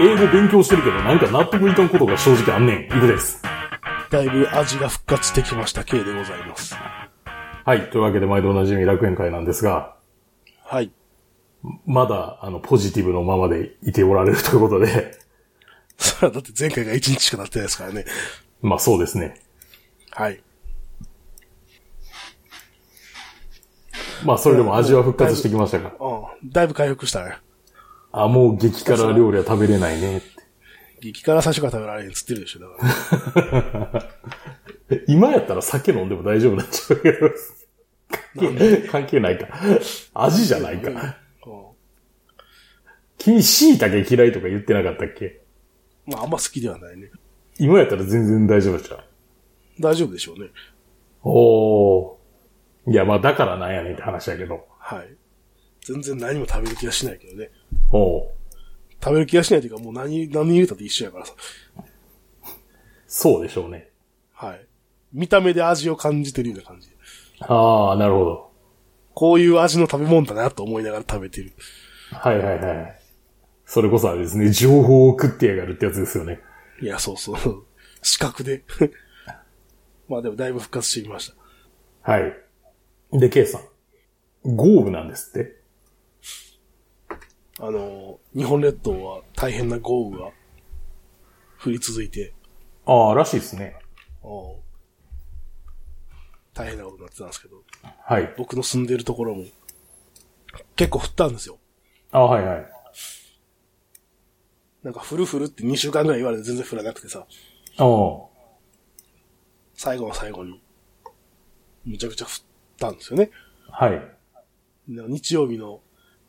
英語勉強してるけど、なんか納得いかんことが正直あんねん。いくです。だいぶ味が復活してきました系でございます。はい。というわけで、毎度おなじみ楽園会なんですが、はい。 まだ、あの、ポジティブのままでいておられるということで、 それはだって前回が1日しかなってないですからね。まあそうですね。はい。まあそれでも味は復活してきましたが、うん。だいぶ回復したね。あ、もう激辛料理は食べれないね。激辛最初から食べられへんっつってるでしょ、だから。え今やったら酒飲んでも大丈夫なんちゃうけど。関係関係ないか。味じゃない か。う君、椎茸嫌いとか言ってなかったっけん。まあ、あんま好きではないね。今やったら全然大丈夫じゃん。大丈夫でしょうね。おー。いや、まあだからなんやねんって話やけど。はい。全然何も食べる気がしないけどね。おー。食べる気がしないというか、もう何、何入れたって一緒やからさ。そうでしょうね。はい。見た目で味を感じてるような感じ。ああ、なるほど。こういう味の食べ物だなと思いながら食べてる。はいはいはい。それこそあれですね、情報を食ってやがるってやつですよね。いや、そうそう。 視覚で。まあでもだいぶ復活してきました。はい。で、ケイさん。豪雨なんですって。あのー、日本列島は大変な豪雨が降り続いて、ああ、らしいですね。おう大変なことになってたんですけど、はい。僕の住んでるところも結構降ったんですよ。ああ、はいはい。なんか降る降るって2週間ぐらい言われて全然降らなくてさ、ああ。最後の最後に、むちゃくちゃ降ったんですよね。はい。で日曜日の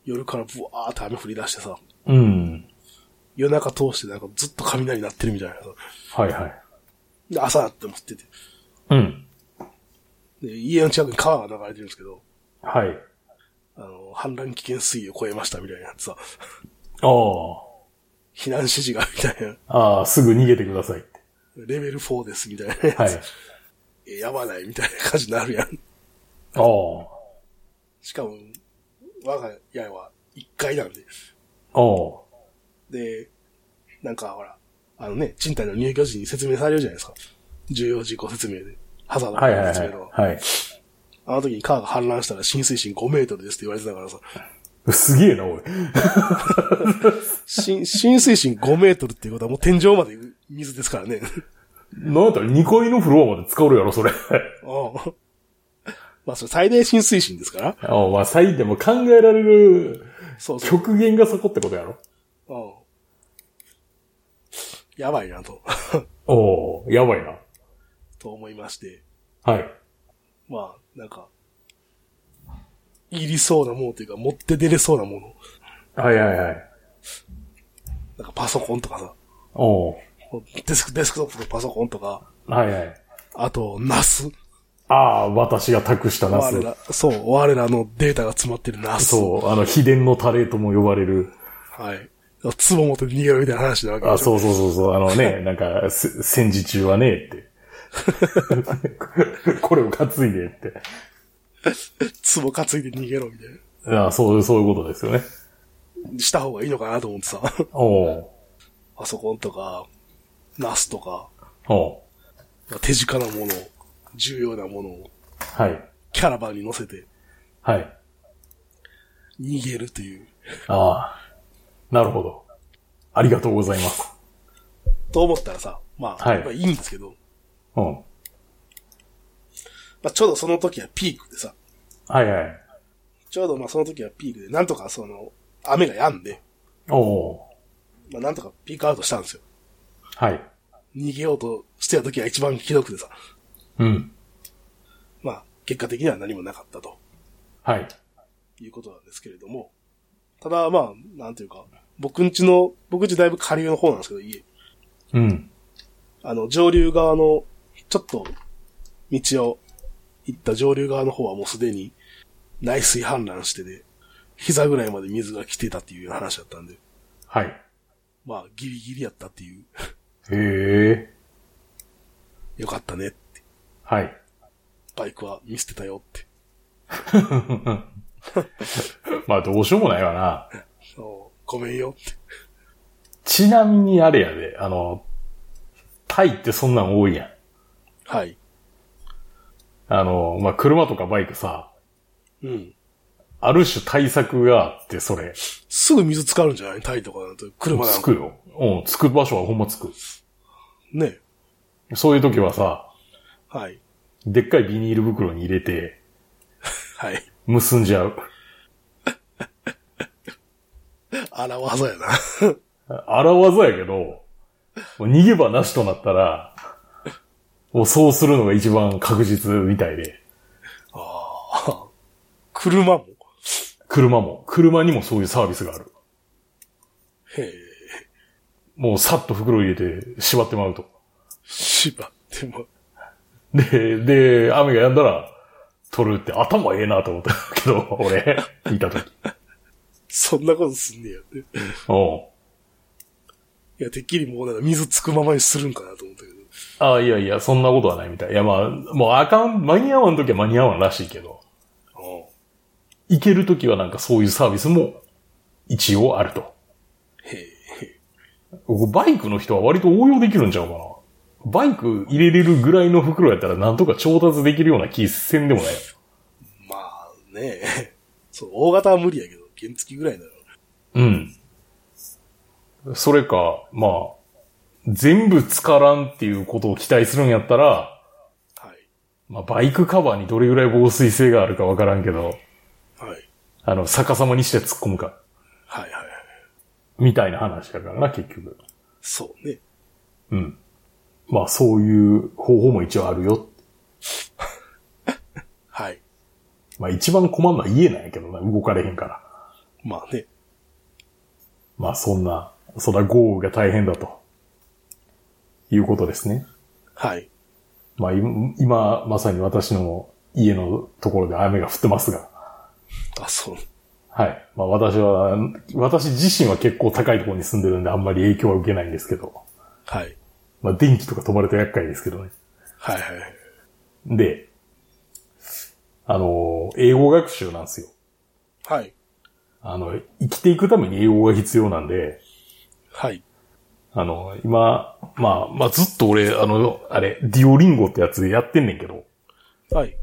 夜からブワーって雨降り出してさ、うん。夜中通してなんかずっと雷鳴ってるみたいなさ。はいはい。で、朝だって思ってて。うん。で、家の近くに川が流れてるんですけど、はい。あの、氾濫危険水位を超えましたみたいなやつさ、ああ。 避難指示がみたいな、ああ、すぐ逃げてくださいって。レベル4ですみたいなやつ、はい。えやばないみたいな感じになるやん。ああ。しかも、我が家は1階なんで、ああ。で、なんかほら、あのね、賃貸の入居時に説明されるじゃないですか。重要事項説明で。ハザードはいはいのはい説明の。。はい。あの時に川が氾濫したら浸水深5メートルですって言われてたからさ、すげえな、おい。 浸 浸水深5メートルっていうことはもう天井まで水ですからね。 なんやったら2階のフロアまで使うるやろ、それ。ああまあそれ最大浸水深ですから。ああ、まあ、最でも考えられるそうそう。極限がそこってことやろ。うんやばいなと、 おおやばいな。と思いまして。はい。まあ、なんか、入りそうなものというか持って出れそうなもの。はいはいはい。なんかパソコンとかさ、おおデスク、デスクトップのパソコンとか、はいはい。あと、ナス。ああ、私が託したナス我。ら、そう、我らのデータが詰まってるナス。そう、あの、秘伝のタレとも呼ばれる。はい。ツボ持って逃げるみたいな話なわけあ、でしょ。そうそうそうそう、あの ね、なんか、せ戦時中はね、 って。これを担いでって。ツボ担いで逃げろみたいあそう、そういうことですよね。な。した方がいいのかなと思ってさ。 おおパソコンとか、ナスとか、おお手近なものを、重要なものを、はい。キャラバンに乗せてはい。逃げるという、ああ。なるほど。ありがとうございます。と思ったらさ、まあ、はいまあいいんですけど、うん。まあちょうどその時はピークでさ、はいはい。ちょうどまあその時はピークで、なんとかその、雨が止んで、おおまあなんとかピークアウトしたんですよ。はい。逃げようとしてた時は一番ひどくてさ、うん。まあ結果的には何もなかったとはい。いうことなんですけれども、ただまあ、なんていうか、僕んちの、僕んちだいぶ下流の方なんですけど、家。うん。あの、上流側の、ちょっと、道を行った上流側の方はもうすでに内水氾濫してて、膝ぐらいまで水が来てたっていう話だったんで、はい。まあ、ギリギリやったっていう、へえ。よかったねって、はい。バイクは見捨てたよって。まあ、どうしようもないわな。そうごめんよって。ちなみにあれやで、あの、タイってそんなん多いやん。はい。あの、まあ、車とかバイクさ、うん。ある種対策があって、それ。すぐ水使うんじゃないタイとかだと。車なんつか。くよ。うん、つく場所はほんまつく。ね。そういう時はさ、はい。でっかいビニール袋に入れて、はい。結んじゃう。荒技やな。荒技やけど、もう逃げ場なしとなったら、もうそうするのが一番確実みたいで。車も。車も、車にもそういうサービスがある。へえ。もうさっと袋入れて縛ってまうと。縛っても。で、で、雨が止んだら、取るって頭ええなと思ったけど、 俺、見た時。そんなことすんねやって。いおうや、てっきりもうなんか水つくままにするんかなと思ったけど。あいやいや、そんなことはないみたい。いや、まあ、もうあかん、間に合わん時は間に合わんらしいけど、お行ける時はなんかそういうサービスも、一応あると。へえ。僕バイクの人は割と応用できるんちゃうかな。バイク入れれるぐらいの袋やったらなんとか調達できるような気せんでもない。まあね。 そう、大型は無理やけど、原付きぐらいなら。うん。それか、まあ、全部つからんっていうことを期待するんやったら、はい。まあ、バイクカバーにどれぐらい防水性があるかわからんけど、はい。あの、逆さまにして突っ込むか、はいはいはい。みたいな話だからな、結局。そうね。うん。まあ、そういう方法も一応あるよ。はい。まあ、一番困るのは家なんやけどな、動かれへんから。まあね。まあそんな、そら豪雨が大変だと。いうことですね。はい。まあい今、まさに私の家のところで雨が降ってますが。あ、そう。はい。まあ私は、私自身は結構高いところに住んでるんであんまり影響は受けないんですけど。はい。まあ電気とか止まると厄介ですけどね。はいはいはい。で、あの、英語学習なんですよ。はい。あの、生きていくために英語が必要なんで、はい。あの、今、まあ、まあずっと俺、あの、あれ、ディオリンゴってやつでやってんねんけど、はい。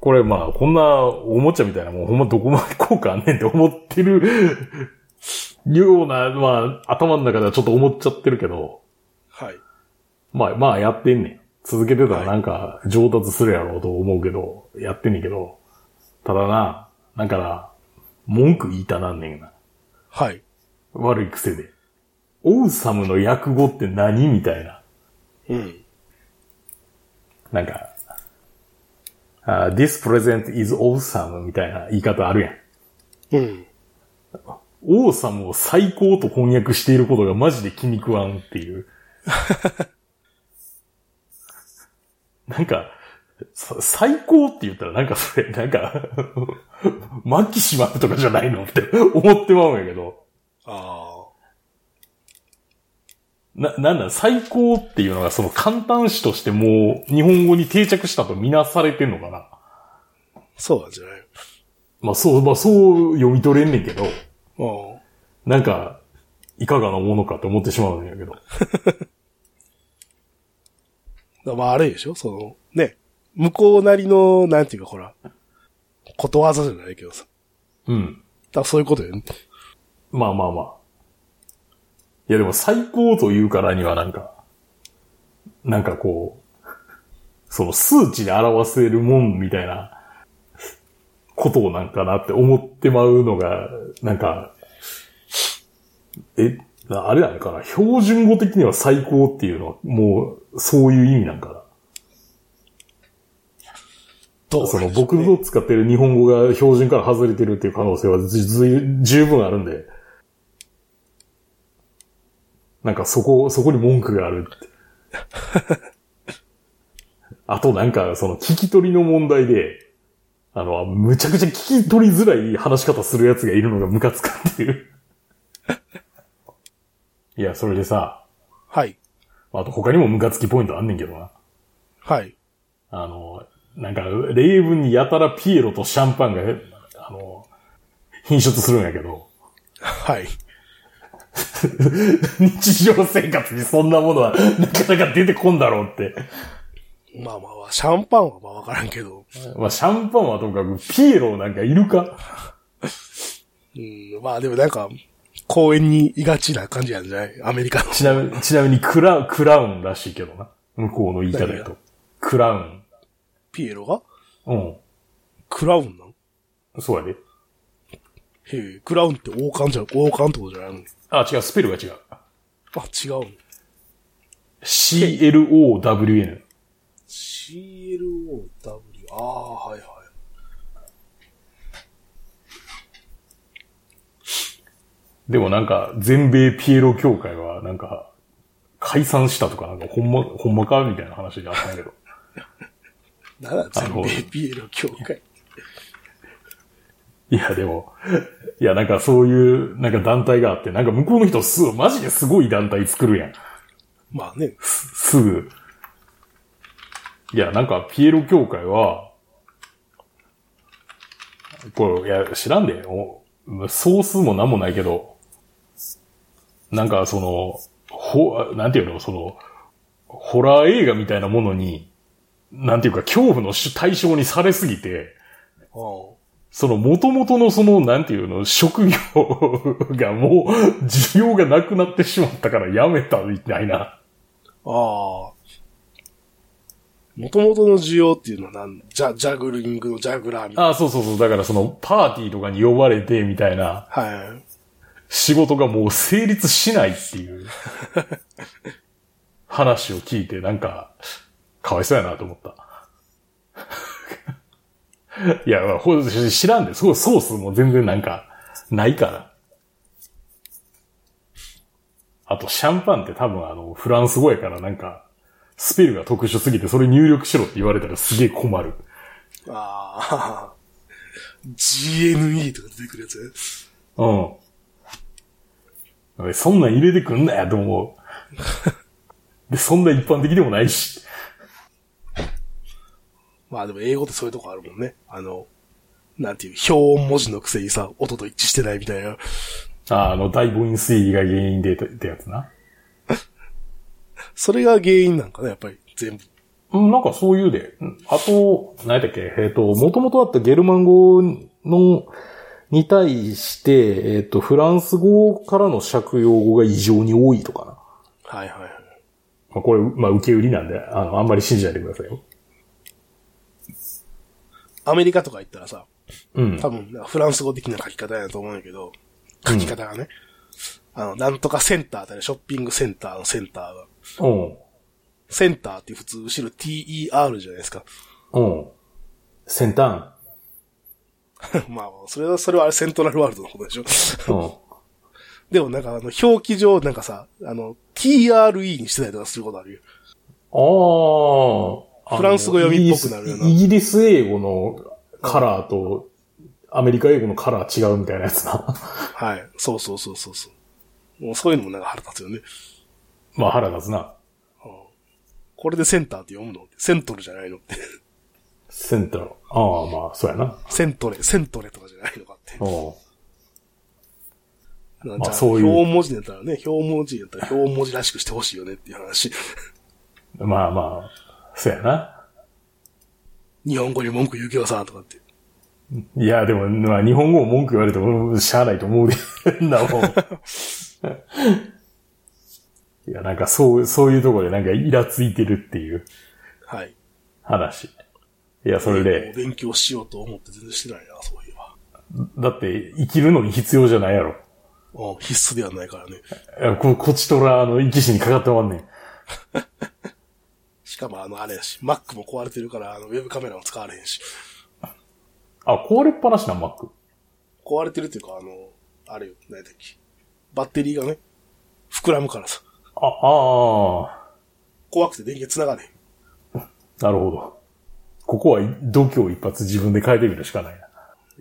これまあ、こんなおもちゃみたいなもん、ほんまどこまで効果あんねんって思ってるような、まあ、頭の中ではちょっと思っちゃってるけど、はい。まあ、まあやってんねん。続けてたはらいなんか上達するやろうと思うけど、やってんねんけど、ただな、なんかな、文句言いたなんねんな。はい。悪い癖で。オウサムの訳語って何みたいな。うん。なんか、あ this present is awesome みたいな言い方あるやん。うん。王様を最高と翻訳していることがマジで気に食わんっていう。なんか、さ最高って言ったらなんかそれ、なんか、 マキシマムとかじゃないのって思ってまうんやけど、あな、なんなん、最高っていうのがその簡単詞としてもう日本語に定着したとみなされてんのかな。あ。そうなんじゃないまあそう、まあそう読み取れんねんけど、あなんか、いかがなものかって思ってしまうんやけど。あ。まああれでしょその、ね。向こうなりの、なんていうかほら、ことわざじゃないけどさ。うん。だからそういうことよね。まあまあまあ。いやでも最高というからにはなんか、なんかこう、その数値で表せるもんみたいなことなんかなって思ってまうのが、なんか、え、なあれなのかな標準語的には最高っていうのはもうそういう意味なんかどな。うそなのんでしょう僕ねの使ってる日本語が標準から外れてるっていう可能性はずず十分あるんで、なんかそこ、そこに文句がある って。あとなんか、その聞き取りの問題で、あの、むちゃくちゃ聞き取りづらい話し方するやつがいるのがムカつくって いう。いや、それでさ、はい。あと他にもムカつきポイントあんねんけどな。はい。あの、なんか、例文にやたらピエロとシャンパンが、あの、品出するんやけど、はい。 日常生活にそんなものはなかなか出てこんだろうって。 まあまあまあ、シャンパンはまあわからんけど、まあ、シャンパンはともかく、ピエロなんかいるかうん、まあでもなんか、公園にいがちな感じなんじゃないアメリカの。ちなみに、ちなみにクラ、クラウンらしいけどな。向こうの言い方だ何と。クラウン。 ピエロがうん。クラウンなのそうやで。へえ、クラウンって王冠じゃ、王冠ってことじゃないのあ、違う、スペルが違う。あ、違うの。 CLOWN。 CLOW。ああ、はいはい。でもなんか、全米ピエロ協会は、なんか、解散したとか、なんか、ほんま、ほんまかみたいな話であったんやけど。なら全あの米ピエロ協 会。いや、でも、いや、なんかそういう、なんか団体があって、なんか向こうの人すぐ、マジですごい団体作るやん。まあね。すすぐ。いや、なんか、ピエロ協会は、これ、いや、知らんで、お総数もなんもないけど、なんか、その、ほ、なんていうの、その、ホラー映画みたいなものに、なんていうか、恐怖の主対象にされすぎて、ああその元々のその、なんていうの、職業がもう、需要がなくなってしまったからやめたみたいな。ああ。もともとの需要っていうのはなんジャ、ジャグリングのジャグラーみたいあ、そうそうそう。だからその、パーティーとかに呼ばれて、みたいな、な。はい。仕事がもう成立しないっていう、話を聞いて、なんか、かわいそうやなと思った。 いや、まあほ知らんで、そう、ソースも全然なんか、ないから。あと、シャンパンって多分あの、フランス語やからなんか、スペルが特殊すぎて、それ入力しろって言われたらすげえ困る。 ああ。GNE とか出てくるやつね。うん。そんなん入れてくんなやと思う。で、そんな一般的でもないし。まあでも英語ってそういうとこあるもんね。あの、なんていう、表音文字のくせにさ、音と一致してないみたいな。ああの、大母音推移が原因でってやつな。それが原因なんかね、やっぱり全部。うん、なんかそういうで。うんあと、何だっけ、えっ、と、もともとあったゲルマン語の、に対して、えっ、と、フランス語からの借用語が異常に多いとかな。はいはいはい。まあ、これ、まあ、受け売りなんで、あの、あんまり信じないでくださいよ。アメリカとか行ったらさ、うん。多分、フランス語的な書き方やと思うんやけど、書き方がね、あの、なんとかセンターってあるショッピングセンターのセンターが、うん。センターって普通後ろ TER じゃないですか。 うん。先端。まあ、それは、それはあれセントラルワールドのことでしょ。うん。でもなんかあの、表記上なんかさ、あの、TRE にしてたりとかすることあるよ。ああ。フランス語読みっぽくなるよなイギリスイギリス英語のカラーと、アメリカ英語のカラー違うみたいなやつな。 はい。そうそうそうそうそう。もうそういうのもなんか腹立つよね。まあ腹立つな。これでセンターって読むのセントルじゃないのって。 センター。ああ、まあ、そうやな。セントレ、セントレとかじゃないのかって。うん。なんまあじゃあそういう表文字だったらね、表文字だったら表文字らしくしてほしいよねっていう話。まあまあ、そうやな。日本語に文句言うけどさ、とかって。いや、でも、まあ日本語も文句言われても、うんしゃあないと思うで。なもん。 いや、なんかそう、そういうところでなんかイラついてるっていうはい。話。いや、それで。英語を勉強しようと思って全然してないな、そういえば。だって、生きるのに必要じゃないやろ。うん、必須ではないからね。えここっちとら、あの、生き死にかかってまんねん。しかもあの、あれやし、Mac も壊れてるから、あの、ウェブカメラも使われへんし。あ、壊れっぱなしな、マック。壊れてるっていうか、あの、あれよ、何だっけ。バッテリーがね、膨らむからさ。あ、あ怖くて電源繋がれへん。ー、なるほど。ここは、度胸一発自分で変えてみるしかないな。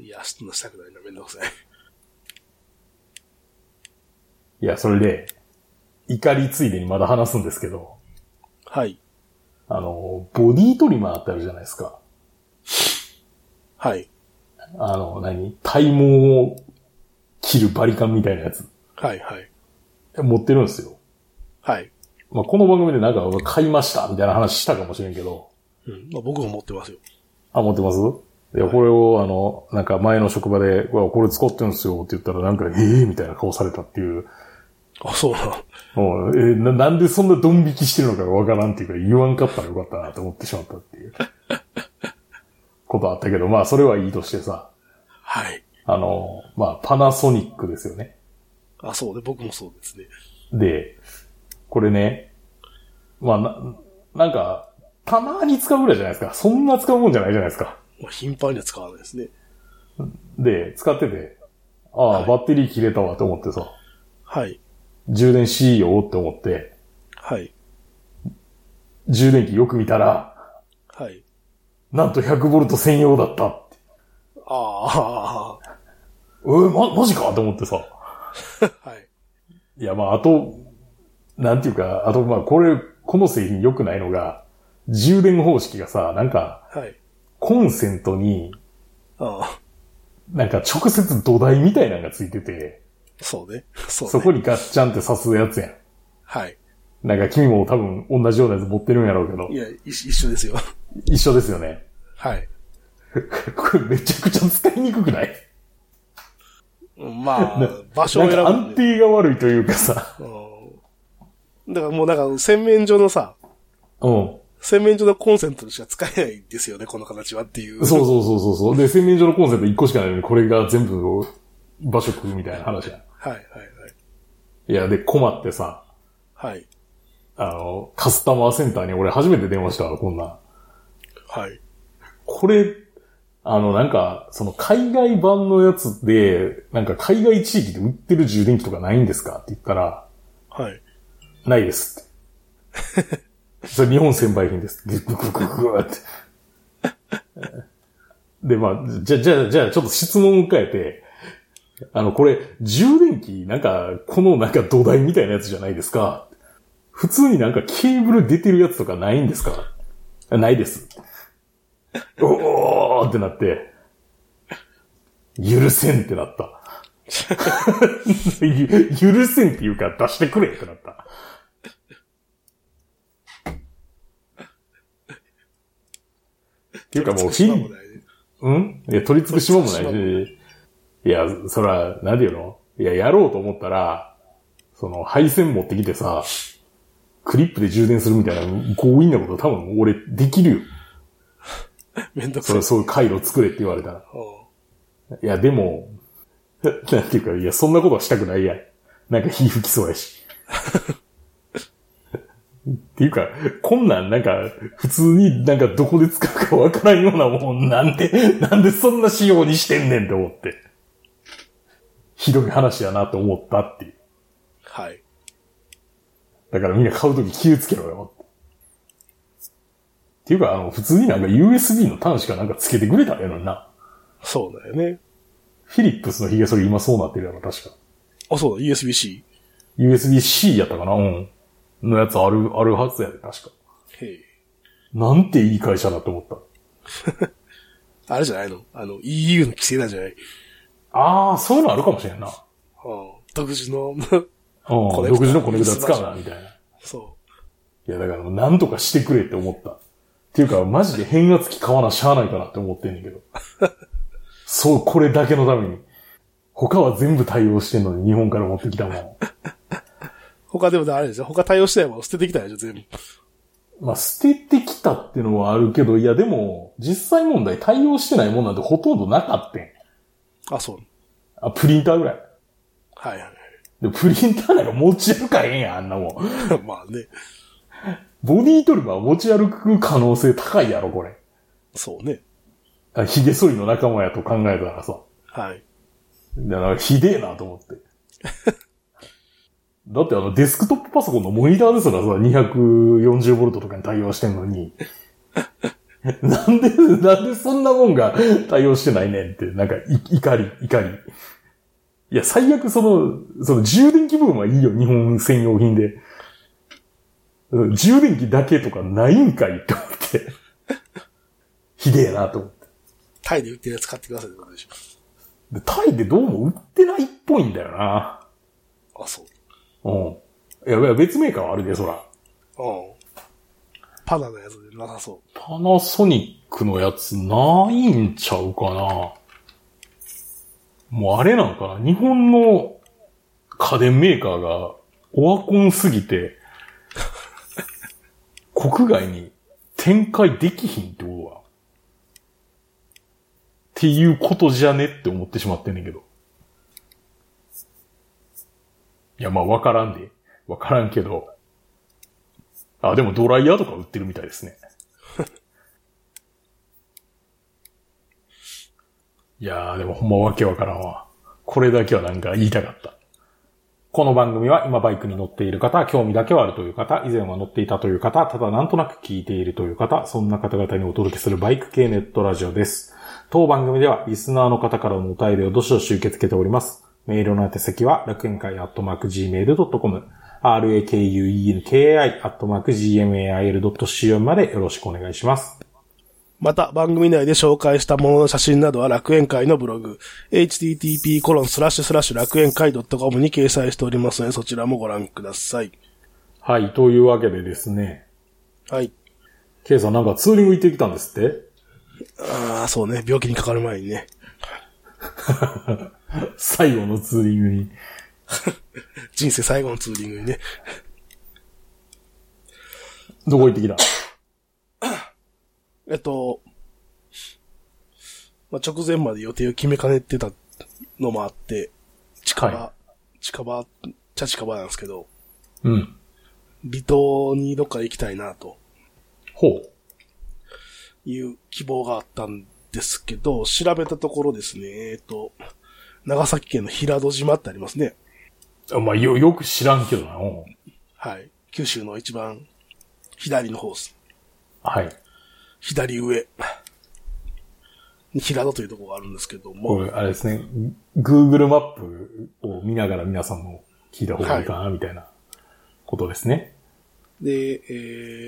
いや、そんなしたくないな、めんどくさい。いや、それで、怒りついでにまだ話すんですけど、はい。あの、ボディトリマーってあるじゃないですか。はい。あの、何体毛を切るバリカンみたいなやつ。はい、はい。持ってるんですよ。はい。まあ、この番組でなんか買いましたみたいな話したかもしれんけど、うん。まあ、僕も持ってますよ。あ、持ってますいや、これを、あの、なんか前の職場で、うわ、これ使ってるんですよって言ったら、なんか、ええー、みたいな顔されたっていう、あ、そうな。もうえーな、なんでそんなドン引きしてるのかがわからんっていうか、言わんかったらよかったなと思ってしまったって いう、ことあったけど、まあ、それはいいとしてさ、はい。あの、まあ、パナソニックですよね。あ、そうで、僕もそうですね。で、これね、まあ、な、なんか、たまに使うぐらいじゃないですか。そんな使うもんじゃないじゃないですか。まあ、頻繁には使わないですね。で、使ってて、ああ、はいバッテリー切れたわと思ってさ、はい。充電しようって思って、はい。充電器よく見たら、はい。なんと100ボルト専用だったって。ああ、えー、ま、マジかと思ってさ。 はい。いや、まあ、あと、なんていうか、あと、まあ、これ、この製品良くないのが、充電方式がさ、なんか、はい。コンセントに、ああ、なんか直接土台みたいなのがついてて、そうね。そうね。そこにガッチャンって刺すやつやん。はい。なんか君も多分同じようなやつ持ってるんやろうけどい、や、い一緒ですよ。一緒ですよね。 はい。これめちゃくちゃ使いにくくないうんまあな、場所なをん選かぶ安んで。定が悪いというかさ。うんだからもうなんか、洗面所のさ、うん。洗面所のコンセントしか使えないんですよね、この形はっていう。そうそうそうそうそう。で、洗面所のコンセント1個しかないのに、これが全部を場所食うみたいな話や。はい、はい、いや、で、困ってさ、はい。はい。あの、カスタマーセンターに俺初めて電話したわ、こんなん。はい。これ、あの、なんか、その海外版のやつで、なんか海外地域で売ってる充電器とかないんですかって言ったら、はい。ないですって。それ日本専売品です。ググググググって。で、まあ、じゃ、じゃ、じゃ、ちょっと質問を変えて、あの、これ、充電器、なんか、このなんか土台みたいなやつじゃないですか。普通になんかケーブル出てるやつとかないんですかあないです。おーってなって、許せんってなった。ゆ許せんっていうか出してくれってなった。っていうかもうフィン、うんいや、取り付く島もないし、いや、そら、なんていうのいや、やろうと思ったら、その、配線持ってきてさ、クリップで充電するみたいな強引なこと多分俺できるよ。めんどくそさいれ、。そういう回路作れって言われたら。ういや、でも、 なんていうか、いや、そんなことはしたくないやん。なんか火吹きそうやし。っていうか、こんなんなんか、普通になんかどこで使うかわからんようなもんなんで、なんでそんな仕様にしてんねんって思って。ひどい話やなと思ったっていう。んはい。だからみんな買うとき気をつけろよって。っていうか、あの、普通になんか USB の端子かなんかつけてくれたらええのにな。そうだよね。フィリップスのヒゲ剃り今そうなってるやろ、確か。あ、そうだ、USB-C。 USB-C やったかなうん。のやつある、あるはずやで、確か。へえ。なんていい会社だと思った。あれじゃないのあの、EU の規制なんじゃないああ、そういうのあるかもしれんな。ううん。独自の、 コん。ネクタ独自のコネクタ使うな、みたいな。いそや、だからもうなんとかしてくれって思った。っていうか、マジで変圧器買わなしゃあないかなって思ってんねんけど。そう、これだけのために。他は全部対応してんのに、日本から持ってきたもん。う。他でもあれですよ。他対応してないもん捨ててきたんでしょ、全部。まあ、捨ててきたっていうのはあるけど、いや、でも、実際問題対応してないもんなんてほとんどなかったん。あ、そう。あ、プリンターぐらい。はいはいで、プリンターなんか持ち歩かへんやん、あんなもん。はい。 まあね。ボディートリマー持ち歩く可能性高いやろ、これ。そうね。あ髭剃りの仲間やと考えたらさ。はい。だから、ひでえなと思って。だってあの、デスクトップパソコンのモニターですらさ、240ボルトとかに対応してんのに。 なんで、なんでそんなもんが対応してないねんって、なんか、い怒り、怒り。いや、最悪その、その充電器部分はいいよ、日本専用品で。うん充電器だけとかないんかいって思って。 ひでえなと思って。タイで売ってるやつ買ってくださいってことでしでタイでどうも売ってないっぽいんだよな。ょ。あ、そう。うん。いや、いや別メーカーはあるで、そら。うん。パナのやつでなさそパナソニックのやつないんちゃうかな。もうあれなんかな。日本の家電メーカーがオワコンすぎて、国外に展開できひんってことは。っていうことじゃねって思ってしまってんねんけど。いや、まあわからんで。わからんけど。あ、でもドライヤーとか売ってるみたいですね。いやー、でもほんまわけわからんわ。これだけはなんか言いたかった。この番組は今バイクに乗っている方、興味だけはあるという方、以前は乗っていたという方、ただなんとなく聞いているという方、そんな方々にお届けするバイク系ネットラジオです。当番組ではリスナーの方からのお便りをどしどし受け付けております。メールの宛先は楽園会アットマーク Gmail.com、rakuenki アットマーク Gmail.com までよろしくお願いします。う。また、番組内で紹介したものの写真などは楽園会のブログ、http コロンスラッシュスラッシュ楽園会 .com に掲載しておりますので、そちらもご覧ください。はい、というわけでですね、はい。ケイさんなんかツーリング行ってきたんですってああ、そうね。病気にかかる前にね。最後のツーリングに。人生最後のツーリングにね。どこ行ってきたえっと、まあ、直前まで予定を決めかねてたのもあって、近場、は近場っちゃ近場なんですけど、うん。離島にどっか行きたいなとほう。いう希望があったんですけど、調べたところですね、えっと、長崎県の平戸島ってありますね。あまあ、よ、よく知らんけどな。うんはい。九州の一番左の方です。はい。左上。平戸というところがあるんですけども。これ、あれですね。Google マップを見ながら皆さんも聞いた方がいいかな、みたいなことですね。で、え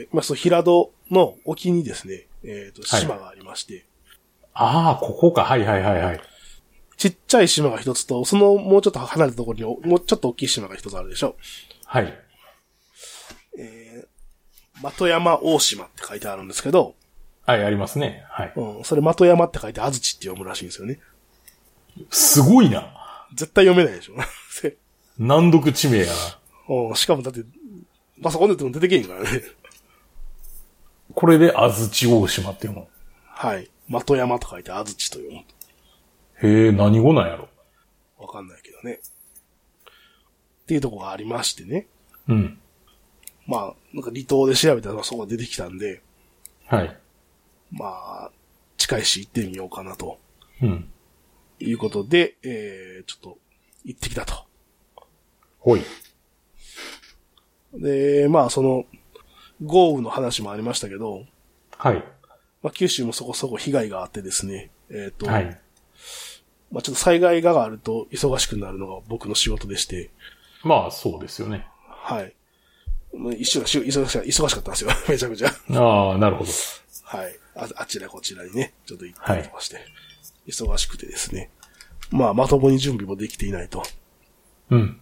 ー、まあ、その平戸の沖にですね、えっ、と、はい島がありまして、ああ、ここか。はいはいはいはい。ちっちゃい島が一つと、そのもうちょっと離れたところにお、もうちょっと大きい島が一つあるでしょ。はい。えー、的山大島って書いてあるんですけど、はい、ありますね。はい。うん、それ的山って書いて安土って読むらしいんですよね。すごいな。絶対読めないでしょ。 せ難読地名やな。うん、しかもだって、パソコンでやっても出てけへんからね。これで安土大島っていうの。はい。的山と書いて安土と読む。へえ、何語なんやろ。わかんないけどね。っていうところがありましてね。うん。まあ、なんか離島で調べたらそこが出てきたんで、はい。まあ、近いし行ってみようかなとうん。いうことで、えー、ちょっと行ってきたと。ほい。で、まあその、豪雨の話もありましたけど、はい。まあ九州もそこそこ被害があってですね、えっ、と、はい。まあちょっと災害があると忙しくなるのが僕の仕事でして、まあ、そうですよね。はい。まあ一週間し忙しか忙しかったんですよ。 めちゃくちゃ。ああ、なるほど。はい。ああちらこちらにね、ちょっと行ったりとかして、忙しくてですね。まあ、まともに準備もできていないと。うん。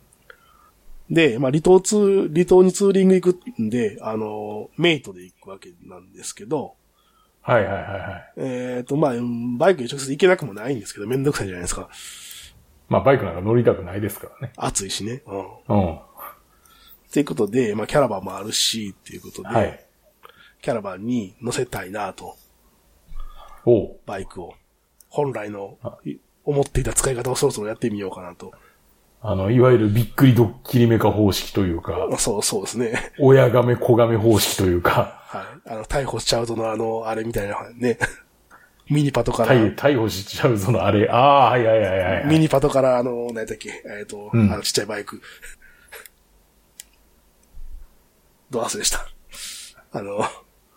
で、まあ、離島ツー、離島にツーリング行くんで、あの、メイトで行くわけなんですけど、はいはいはいはい。えっ、と、まあ、うんバイクに直接行けなくもないんですけど、めんどくさいじゃないですか。まあ、バイクなんか乗りたくないですからね。暑いしね。うん。うん。ということで、まあ、キャラバンもあるし、っていうことで、はい。キャラバンに乗せたいなと、おうバイクを。本来のあ、い思っていた使い方をそろそろやってみようかなと。あの、いわゆるびっくりドッキリメカ方式というか、あそう、そうですね。親亀子亀方式というか、はい。あの、逮捕しちゃうとの、あの、あれみたいなね。 ミニパトから、逮逮捕しちゃうそのあれ、ああ、はいはいはいはいはい。ミニパトから、あの、何やったっけ、えっ、と、うんあの、ちっちゃいバイク。 ドアスでした。あの、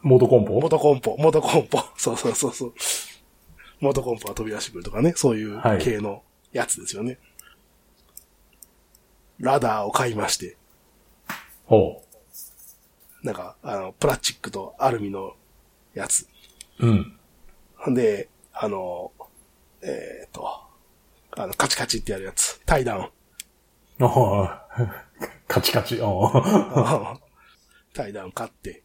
元コンポ元コンポ、元コンポ。 そうそうそうそう。元コンポが飛び出してくるとかね、そういうはい系のやつですよね。ラダーを買いまして、おうなんか、あの、プラスチックとアルミのやつ。うん。ほんで、あの、えっ、と、あの、カチカチってやるやつ。対談。ああ、 カチカチ。うん。 対談買って。っ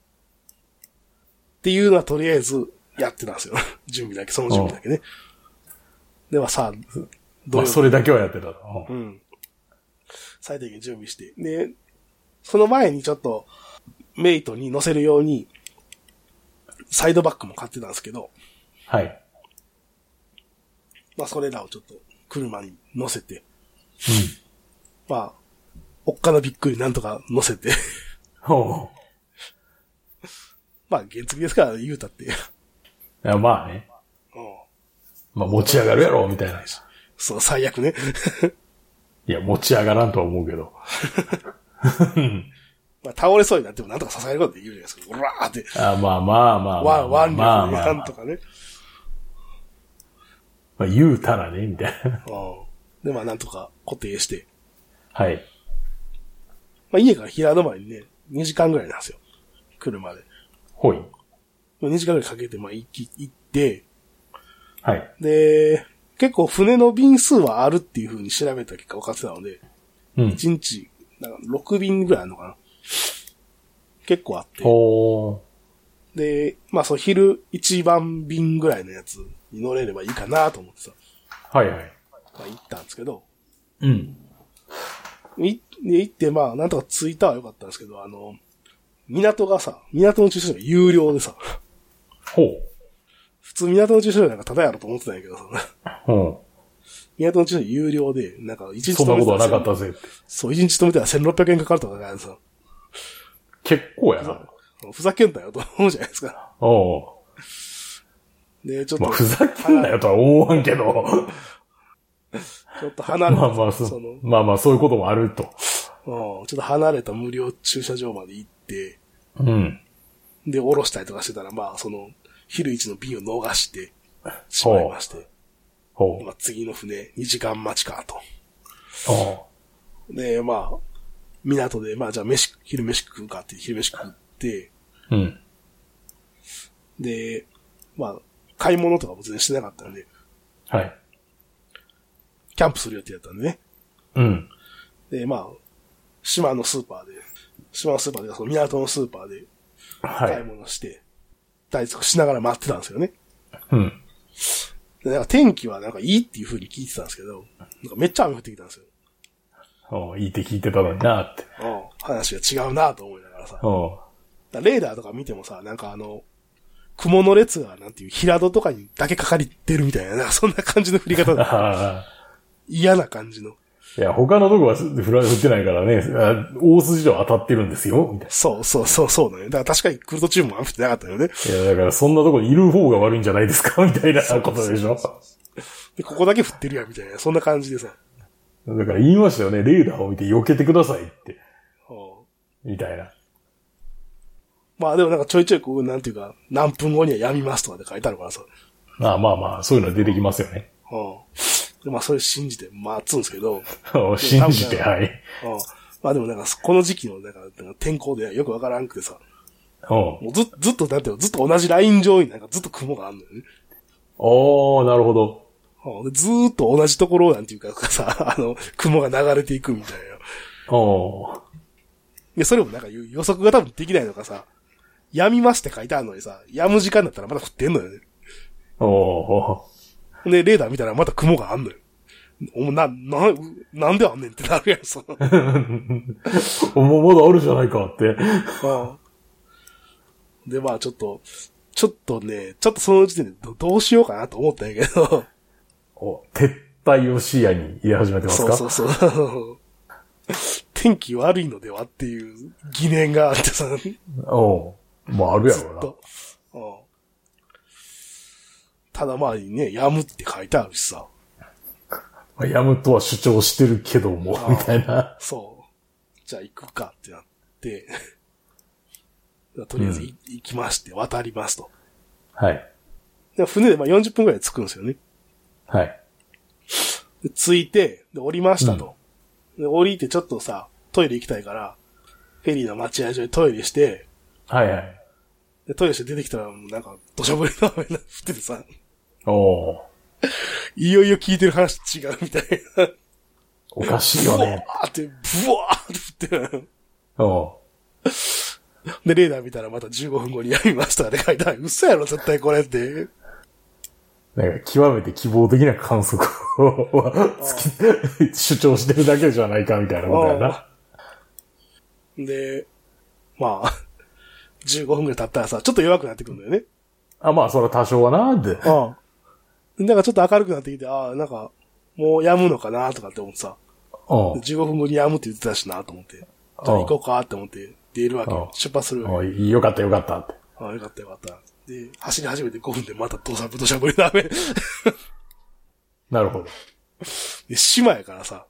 ていうのはとりあえずやってたんですよ。 準備だけ、その準備だけね。ではさあ、どまうあ、それだけはやってたな。うんうん。最低限準備して。で、その前にちょっと、メイトに乗せるように、サイドバッグも買ってたんですけど、はい。まあそれらをちょっと車に乗せて、まあ、おっかなびっくりなんとか乗せて、 おうまあ原付ですから言うたって、いやまあね。うんまあ、持ち上がるやろ、みたいな。そう、最悪ね。 いや、持ち上がらんとは思うけど。まあ、倒れそうになってもなんとか支えることできるじゃないですか。うわーって、あまあまあまあまワあ。ン、ワンまあ力まあまであなんとかね。まあ言うたらね、みたいな。うん。で、まあ、なんとか固定して。はい。まあ、家から平戸までね、2時間ぐらいなんですよ。車で。ほい。まあ2時間ぐらいかけて、まあ、行き、行って、はい。で、結構船の便数はあるっていう風に調べた結果分かってたので、うん。 1日、なんか6便ぐらいあるのかな。結構あって。おー。で、まあ、そう、昼1番便ぐらいのやつに乗れればいいかなと思ってさ、はいはい。まあ、行ったんですけど、うん。い、で行って、まあ、なんとか着いたは良かったんですけど、あの、港がさ、港の駐車場が有料でさ、ほう。普通港の駐車場なんかただやろと思ってたんやけどさ、 うん。港の駐車場有料で、なんか一日そんなことはなかったら、ぜって。そう、一日止めたら1600円かかるとかがさ、結構やな。ふざけんなよと思うじゃないですか。おうで、ちょっと、まあ、ふざけんなよとは思わんけど。ちょっと離れた、まあまあ、そその、うんまあまあ、そういうこともあると。ちょっと離れた無料駐車場まで行って、うん。で、降ろしたりとかしてたら、まあ、その、昼一の便を逃してしまいまして、ほう。まあ、次の船、2時間待ちかと。おうで、まあ、港で、まあじゃあ飯、昼飯食うかって、昼飯食って、うん。で、まあ、買い物とかも全然してなかったんで、はい。キャンプする予定だったんでね。うん。で、まあ、島のスーパーで、島のスーパーで、その港のスーパーでは買いい。物して、対策しながら待ってたんですよね。うん。で、なんか天気はなんかいいっていう風に聞いてたんですけど、なんかめっちゃ雨降ってきたんですよ。おういいって聞いてたのになって。うん話が違うなと思いながらさ。おうだからレーダーとか見てもさ、なんかあの、雲の列が、なんていう、平戸とかにだけかかりってるみたいな、なんかそんな感じの振り 方だ。ああ。嫌な感じの。いや、他のとこは振られてないからね、あ大筋では当たってるんですよ、みたいそうそうそうそうだね。だから確かにクルトチームも雨降ってなかったよね。な。いや、だからそんなとこにいる方が悪いんじゃないですか、みたいなことでしょ。で、ここだけ降ってるやん、みたいな。そんな感じでさ。だから言いましたよね、レーダーを見て避けてくださいって、うんみたいな。まあでもなんかちょいちょいこう、なんていうか、何分後にはやみますとかって書いてあるからさ。まあまあまあ、そういうのは出てきますよね。うん。で、まあそれ信じて待つんですけど、うん。お信じて、はい。まあでもなんか、この時期のなんか、なんか天候でよくわからんくてさ、おもうずずっと、なんていうのずっと同じライン上になんかずっと雲があるのよね。おー、なるほど。うんでずーっと同じところをなんていうかさ、あ の、雲が流れていくみたいな。おー。で、それもなんか予予測が多分できないのかさ、やみますって書いてあるのにさ、やむ時間だったらまだ降ってんのよね。おー。で、レーダー見たらまた雲があんのよ。お前、な、な、うなんであんねんってなるやん、そ の。おもうまだあるじゃないかって。うんで、まあちょっと、ちょっとね、ちょっとその時点でどどうしようかなと思ったんやけど、お撤退を視野に入れ始めてますそうかそうそう。 天気悪いのではっていう疑念があって さ。おうまああるやずっろと。うんただまあね、やむって書いてあるしさ。うな。やむとは主張してるけども、みたいな。そう。じゃあ行くかってなって。 とりあえずい行きまして、渡りますと。はい。で船でまあ40分くらいで着くんですよね。はい。で着いて、で降りましたと、で。降りてちょっとさ、トイレ行きたいから、フェリーの待合所でトイレして、はいはい。でトイレして出てきたら、もうなんか、土砂降りの雨になっててさ、おういよいよ聞いてる話と違うみたいな。おかしいよね。ブワーって、ブワーって降って、うん。で、レーダー見たらまた15分後にやりましたって書いてある。嘘やろ、絶対これって。なんか極めて希望的な観測を つき主張してるだけじゃないかみたいなことやな。で、まあ、15分ぐらい経ったらさ、ちょっと弱くなってくるんだよね。あ、まあそれは多少はな、で。ああ。なんかちょっと明るくなってきて、ああ、なんか、もうやむのかなとかって思ってさ、うん。 15分後にやむって言ってたしなと思って、じゃあうん行こうかって思って、出るわうんけ。出発するわおいよかったよかったって。け。ああ、よかったよかった。で、走り始めて5分でまた土砂降り土砂降りだめ。 で、なるほ島やからさ、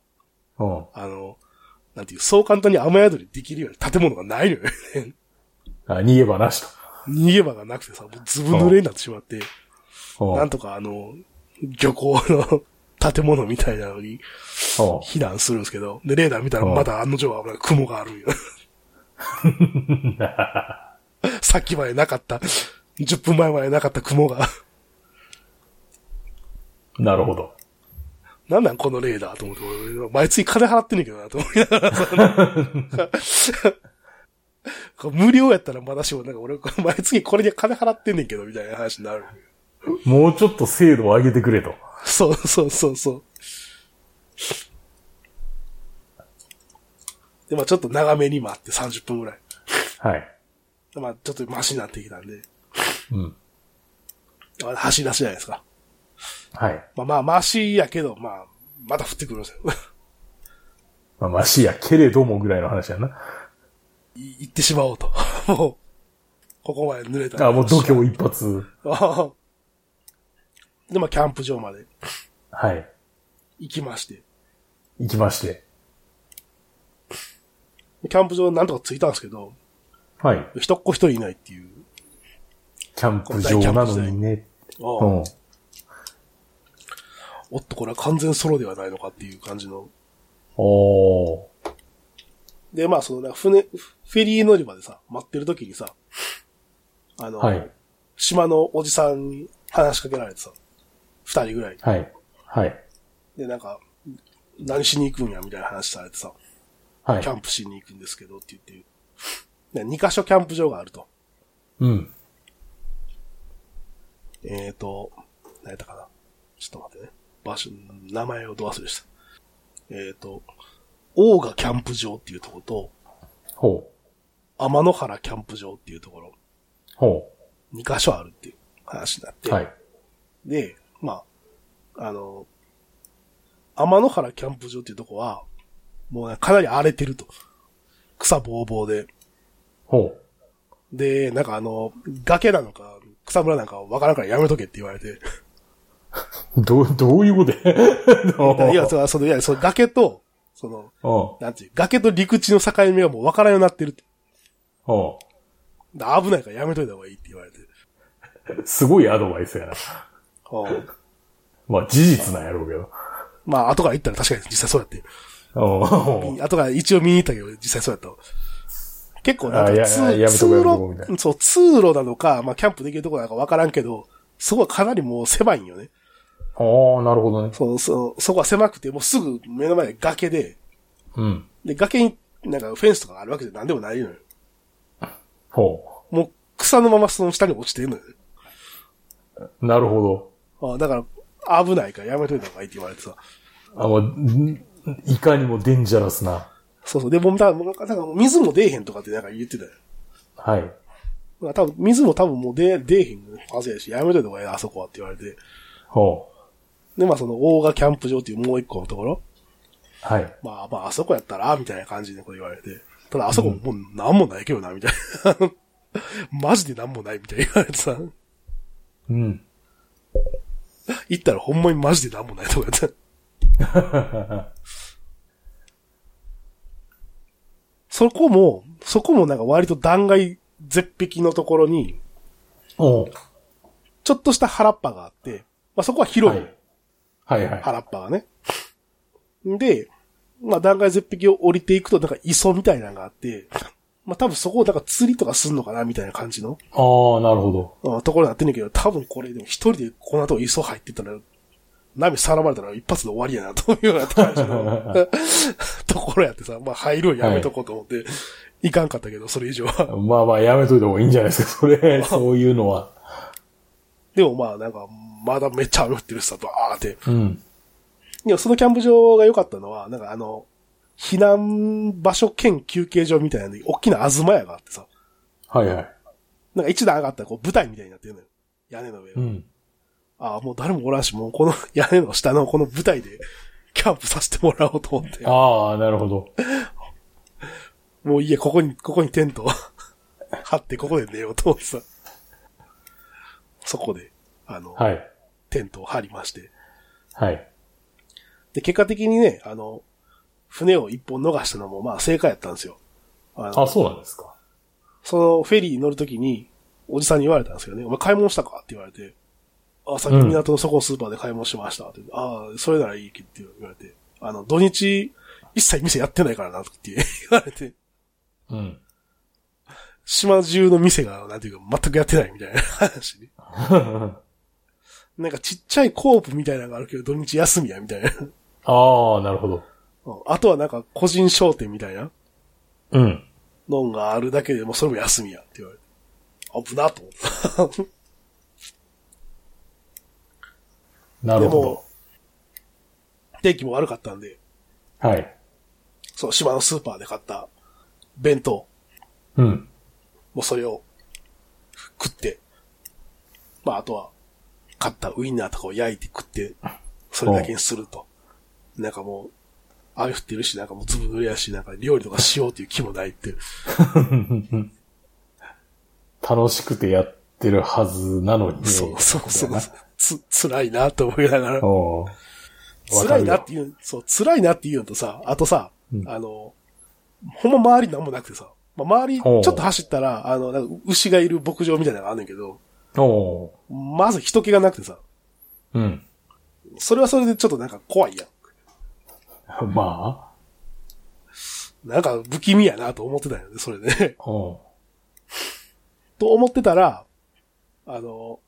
ど。あの、なんていう、そう簡単に雨宿りできるような建物がないのよね。う ん。あ逃げ場なし逃げ場がなくてさ、もうずぶ濡れになってしまって、と。うん。なんとかあの、漁港の建物みたいなのに うん避難するんですけど、で、レーダー見たらうんまだ案の定は雲があ るんよ。さっきまでなかった、10分前までなかった雲が、なるほど。なんなんこのレーダーと思って、俺、毎月金払ってんねんけどな、と思いなが らそのこれ無料やったらまだしも、なんか俺、毎月これで金払ってんねんけど、みたいな話になる。もうちょっと精度を上げてくれと。そうそうそうそう。で、まあちょっと長めに待って30分ぐらい。はい。でまあちょっとマシになってきたんで、うん。まあ走り出しじゃないですか。はい。まあまあマシやけど、まあ、まだ降ってくるんですよ。 まあ、マシやけれどもぐらいの話やな。い行ってしまおうと。 もう、ここまで濡れたらあ、もう度胸一発。 で、まあキャンプ場まではい。行きまして。行きまして。キャンプ場なんとか着いたんですけど、はい。人っ子一人いないっていう。キャンプ場なのにね。うおん。おっと、これは完全ソロではないのかっていう感じのおー。で、まあ、その、なんか船、フェリー乗り場でさ、待ってる時にさ、あの、はい。島のおじさんに話しかけられてさ、二人ぐらい。はい。はい。で、なんか、何しに行くんや、みたいな話されてさ、はキャい。ンプしに行くんですけど、って言って、で二箇所キャンプ場があると。うん。えーと、何やったかな。ちょっと待ってね。場所、名前をど忘れした。えーと、大賀キャンプ場っていうところと、ほ天野原キャンプ場っていうところ、う。ほ二箇所あるっていう話になって、う。はい。で、まあ、あの、天の原キャンプ場っていうとこは、もうねかなり荒れてると。草ぼうぼうで。ほで、なんかあの、崖なのか、草むらなんかわからんからやめとけって言われて。う。どう、 どういうことやいや、その、その、いや、その崖と、その、 おなんていう、崖と陸地の境目がもうわからんようになってると。うおだ危ないからやめといた方がいいって言われて。うすごいアドバイスやな。うんまあ、事実なんやろうけど。まあ、後から行ったら確かに実際そうやって。おう後から一応見に行ったけど、実際そうやったわ。結構なんあいかや通いややめとこうやめとこうみた通いな路、そう、通路なのか、まあキャンプできるとこなのかわからんけど、そこはかなりもう狭いんよね。おうなるほどね。そう、そう、そこは狭くて、もうすぐ目の前で崖で、うん。で、崖になんかフェンスとかあるわけじゃなんでもないのよ。ほもう草のままその下に落ちてんのよね。う。なるほあだから、危ないからやめといた方がいいって言われてさ。ど。あ、まあ、んいかにもデンジャラスな。そうそう。で、もうだから、もうなんかなんかもう水も出えへんとかってなんか言ってたよ。はい。まあ多分、水も多分もう出、出えへんはずやし、やめといた方がいいなあそこはって言われて。ほう。で、まあその、大賀キャンプ場っていうもう一個のところ。はい。まあまあ、あそこやったら、みたいな感じでこう言われて。ただ、あそこもうなんもないけどな、みたいな。 マジでなんもない、みたいな言われてさ。うん。行ったらほんまにマジでなんもないとかやった。そこも、そこもなんか割と断崖絶壁のところに、おう。ちょっとした原っぱがあって、まあそこは広はいい。はいはい。原っぱがね。で、まあ、断崖絶壁を降りていくと、なんか磯みたいなのがあって、まあ、多分そこをなんか釣りとかすんのかな、みたいな感じの、ああ、なるほど。うんところになってんねんけど、多分これでも一人でこんなとこ磯入ってたら、波さらまれたら一発で終わりやな、というような感 じのところやってさ、まあ入るんやめとこうと思って、い、かんかったけど、それ以上は。まあまあ、やめといた方がいいんじゃないですか、そ れ。そういうのは。でもまあなんか、まだめっちゃ雨降ってるしさ、バーって。うん。いや、そのキャンプ場が良かったのは、なんかあの、避難場所兼休憩所みたいなのに、大きな東屋があってさ、はいはい。なんか一段上がったらこう舞台みたいになってるのよ。屋根の上が。うん。ああ、もう誰もおらんし、もうこの屋根の下のこの舞台で、 キャンプさせてもらおうと思って。ああ、なるほど。もういいや、ここに、ここにテントを 張って、ここで寝ようと思ってさ。そこで、あの、はい。テントを張りまして。はい。で、結果的にね、あの、船を一本逃したのも、まあ、正解やったんですよ。あのあ、そうなんですか。そのフェリーに乗るときに、おじさんに言われたんですけどね、お前買い物したかって言われて、あ、さっき港のそこのスーパーで買い物しましたって、ああ、それならいいけって言われて、あの、土日、一切店やってないからなって言われて、うん。島中の店が、なんていうか、全くやってないみたいな話に。なんかちっちゃいコープみたいなのがあるけど、土日休みや、みたいな。うんああ、なるほど。あとはなんか個人商店みたいなうん。のがあるだけでもうそれも休みやって言われて。危なと思った。なでるほも、天気も悪かったんで、ど。はい。そう、島のスーパーで買った弁当、うん。もうそれを食って、まああとは、買ったウインナーとかを焼いて食って、それだけにすると。なんかもう、雨降ってるし、なんかもうずぶ濡れやし、なんか料理とかしようっていう気もないっていう。楽しくてやってるはずなのにね。そうそうそう。つ、辛いなと思いながら。おう辛いなっわかてるよいう、そう、辛いなっていうのとさ、あとさ、うんあの、ほんま周りなんもなくてさ、まあ、周りちほょうっと走ったら、あの、なんか牛がいる牧場みたいなのがあんねんけど、おうまず人気がなくてさ、うん。それはそれでちょっとなんか怖いやまあ。ん。なんか不気味やなと思ってたよね、それで。 おうと思ってたら、あの、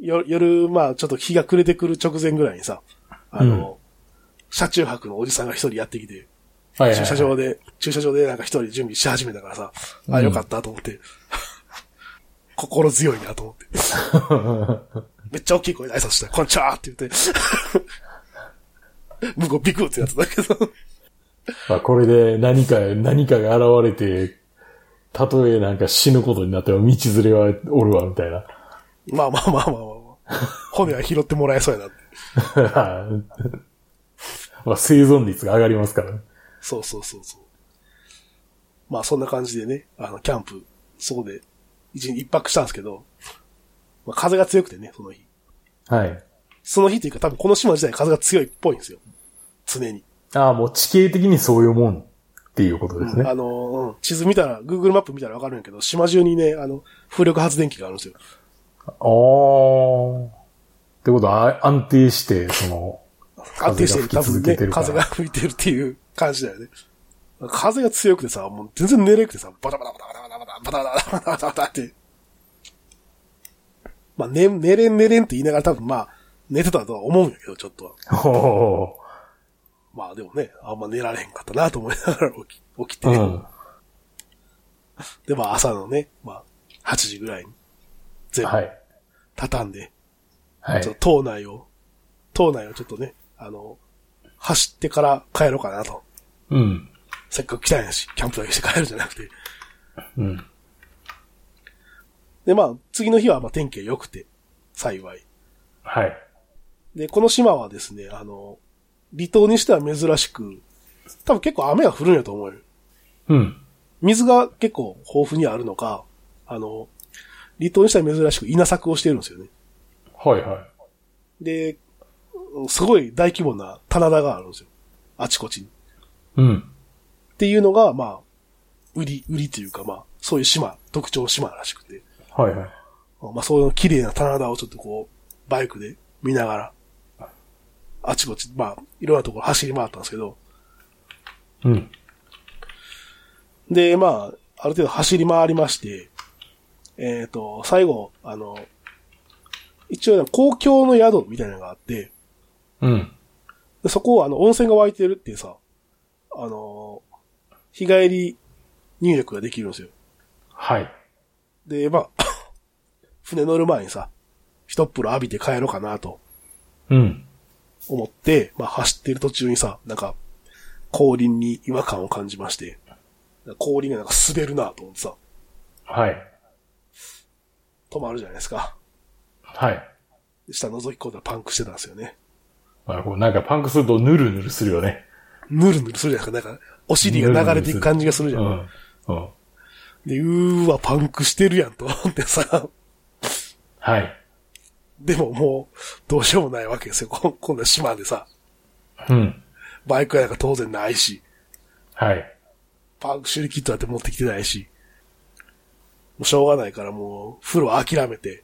よ、夜、まあちょっと日が暮れてくる直前ぐらいにさ、あの、車中泊のおじさんが一人やってきて、はいはいはい駐車場で、駐車場でなんか一人準備し始めたからさ、あ、よかったと思って、 心強いなと思って。 めっちゃ大きい声で挨拶した。こんにちはって 言って。向こうビクってやつだけど。まあ、これで何か、何かが現れて、たとえなんか死ぬことになっても道連れはおるわ、みたいな。 まあまあまあまあまあ、まあ。骨は拾ってもらえそうやなって。まあ、生存率が上がりますからね。そうそうそうそう。まあそんな感じでね、あの、キャンプ、そこで、一日一泊したんですけど、まあ風が強くてね、その日。はい。その日というか多分この島自体風が強いっぽいんですよ。常に。ああ、もう地形的にそういうもんっていうことですね。あの、うん地図見たら、Google マップ見たらわかるんやけど、島中にね、あの、風力発電機があるんですよ。おー。ってことは、あ安定して、その、安定し風が吹て、多き分続けねて、るから風が吹いてるっていう感じだよね。風が強くてさ、もう全然寝れなくてさ、バタバタバタバタバタバタバタバタバタバタって。まあ、ね、寝れん寝れんって言いながら多分まあ、寝てたとは思うんやけど、ちょっとは。おまあでもね、あんま寝られへんかったなと思いながら起き起きて、ー。 うん。でまあ朝のね、まあ、8時ぐらいに、全は部い。畳んで、はちょっい。と島内を、島内をちょっとね、あの、走ってから帰ろうかなと。うん。せっかく来たんやし、キャンプだけして帰るんじゃなくて。うん。で、まあ、次の日はまあ天気が良くて、幸い。はい。で、この島はですね、あの、離島にしては珍しく、多分結構雨が降るんやと思うよ。うん。水が結構豊富にあるのか、あの、離島にしては珍しく稲作をしてるんですよね。はいはで、うんすごい大規模な棚田があるんですよ。あちこちに。い。うん。っていうのが、まあ、売り、売りというか、まあ、そういう島、特徴の島らしくて、はいはい。まあ、そういう綺麗な棚田をちょっとこう、バイクで見ながら、あちこち、まあ、いろんなところ走り回ったんですけど、うん。で、まあ、ある程度走り回りまして、えっ、と、最後、あの、一応ね、公共の宿みたいなのがあって、うん。で、そこはあの、温泉が湧いてるっていうさ、あのー日帰り入浴ができるんですよ。はい。で、まあ、 船乗る前にさ、一っ風呂浴びて帰ろうかなとうん。思って、まあ走ってる途中にさ、なんか、後輪に違和感を感じまして、後輪がなんか滑るなと思ってさ、はい。止まるじゃないですか。はい。で下覗き込んだらパンクしてたんですよね。まあ、こうなんかパンクするとヌルヌルするよね。ぬるぬるするじゃないですか。なんか、お尻が流れていく感じがするじゃ。うんん。うん。で、うーわ、パンクしてるやんと思ってさ、はい。でももう、どうしようもないわけですよ。ここんな島でさ、うん。バイクやなんか当然ないし、はい。パンク修理キットだって持ってきてないし、もうしょうがないからもう、風呂諦めて、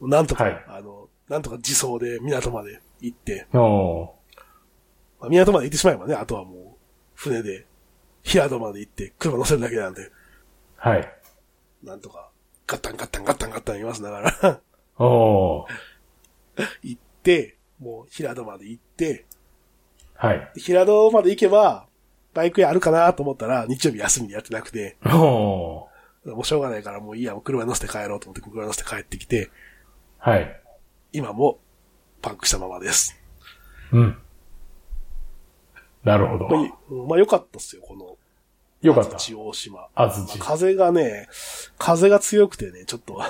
なんとか、はいあの、なんとか自走で港まで行って、おーまあ、港まで行ってしまえばね、あとはもう、船で、平戸まで行って、車乗せるだけなんで、はい。なんとか、ガッタンガッタンガッタンガッタン言いますながら、 おー行って、もう平戸まで行って、はい。で平戸まで行けば、バイク屋あるかなと思ったら、日曜日休みでやってなくて、おーもうしょうがないからもういいや、もう車乗せて帰ろうと思って車乗せて帰ってきて、はい。今もパンクしたままです。うん。なるほどまあ。いいうんまあ良かったっすよ、この、よかった。地大島。安土。風がね、風が強くてね、ちょっと、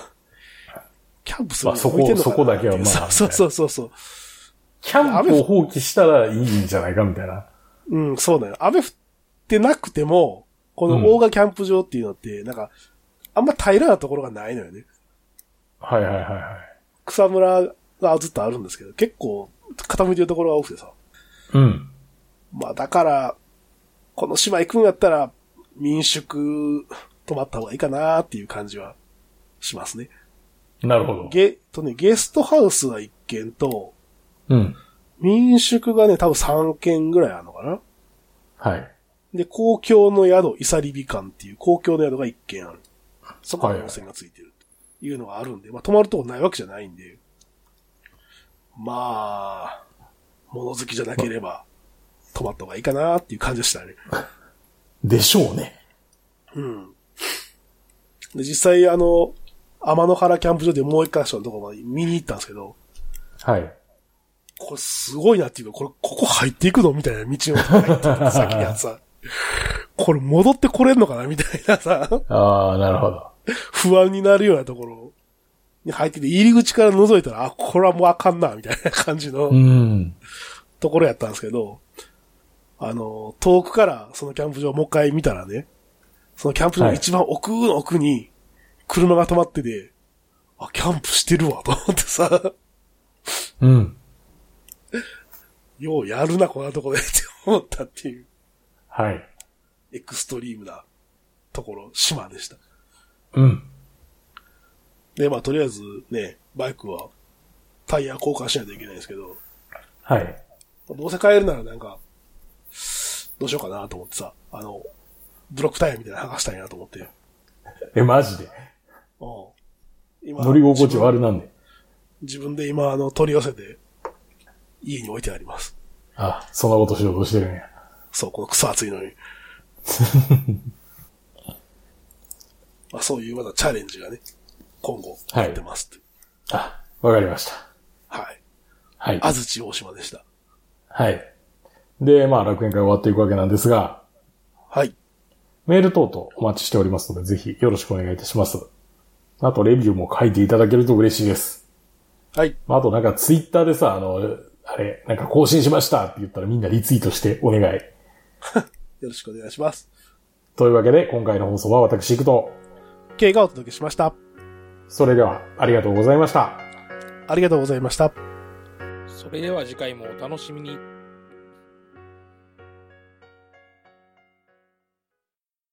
キャンプするまあにそこ向いてんのかなそこだけはまあっていうそうそうそうそう。キャンプを放棄したらいいんじゃないかみたいな。うん、そうだよ。雨降ってなくても、この大賀キャンプ場っていうのって、なんか、あんま平らなところがないのよね。はいはいはいはい。草むらがずっとあるんですけど、結構傾いてるところが多くてさ。うん。まあだから、この島行くんやったら、民宿泊まった方がいいかなっていう感じはしますね。なるほど。ゲ、とね、ゲストハウスが1軒と、うん。民宿がね、多分3軒ぐらいあるのかな。はい。で、公共の宿、イサリビ館っていう公共の宿が1軒ある。そこにはい温泉がついてるというのがあるんで、まあ泊まるとこないわけじゃないんで、まあ、物好きじゃなければ、泊まった方がいいかなっていう感じでしたね。でしょうね。うん。で、実際あの、天の原キャンプ場でもう一箇所のところまで見に行ったんですけど、はい。これすごいなっていうか、これ、ここ入っていくのみたいな道を入っていく先にあってさ、これ戻ってこれんのかなみたいなさ、ああ、なるほど。不安になるようなところに入ってて、入り口から覗いたら、あ、これはもうあかんな、みたいな感じのうん。ところやったんですけど、あの、遠くからそのキャンプ場をもう一回見たらね、そのキャンプ場の一番奥の奥に車が止まってて、あ、キャンプしてるわ、と思ってさ、うん。ようやるな、こんなとこでって思ったっていう、はい。エクストリームなところ、島でした。うん。で、まあ、とりあえずね、バイクはタイヤ交換しないといけないんですけど、はい。どうせ買えるならなんか、どうしようかなと思ってさ、あの、ブロックタイヤみたいなの剥がしたいなと思って。え、マジで。うん。今乗り心地悪なんで。自分自分で今、あの、取り寄せて、家に置いてあります。あ、そんなことしようとしてるんや。そう、この草厚いのに。 まあ、そういうまだチャレンジがね、今後、はいやってますって。あ、わかりました。はい。はい。安土大島でした。はい。で、まあ、楽園会終わっていくわけなんですが、はい。メール等々お待ちしておりますので、ぜひよろしくお願いいたします。あと、レビューも書いていただけると嬉しいです。はい。まあ、あと、なんか、ツイッターでさ、あの、あれ、なんか更新しましたって言ったらみんなリツイートしてお願い。よろしくお願いします。というわけで、今回の放送は私行くと。 K がお届けしました。それでは、ありがとうございました。ありがとうございました。それでは次回もお楽しみに。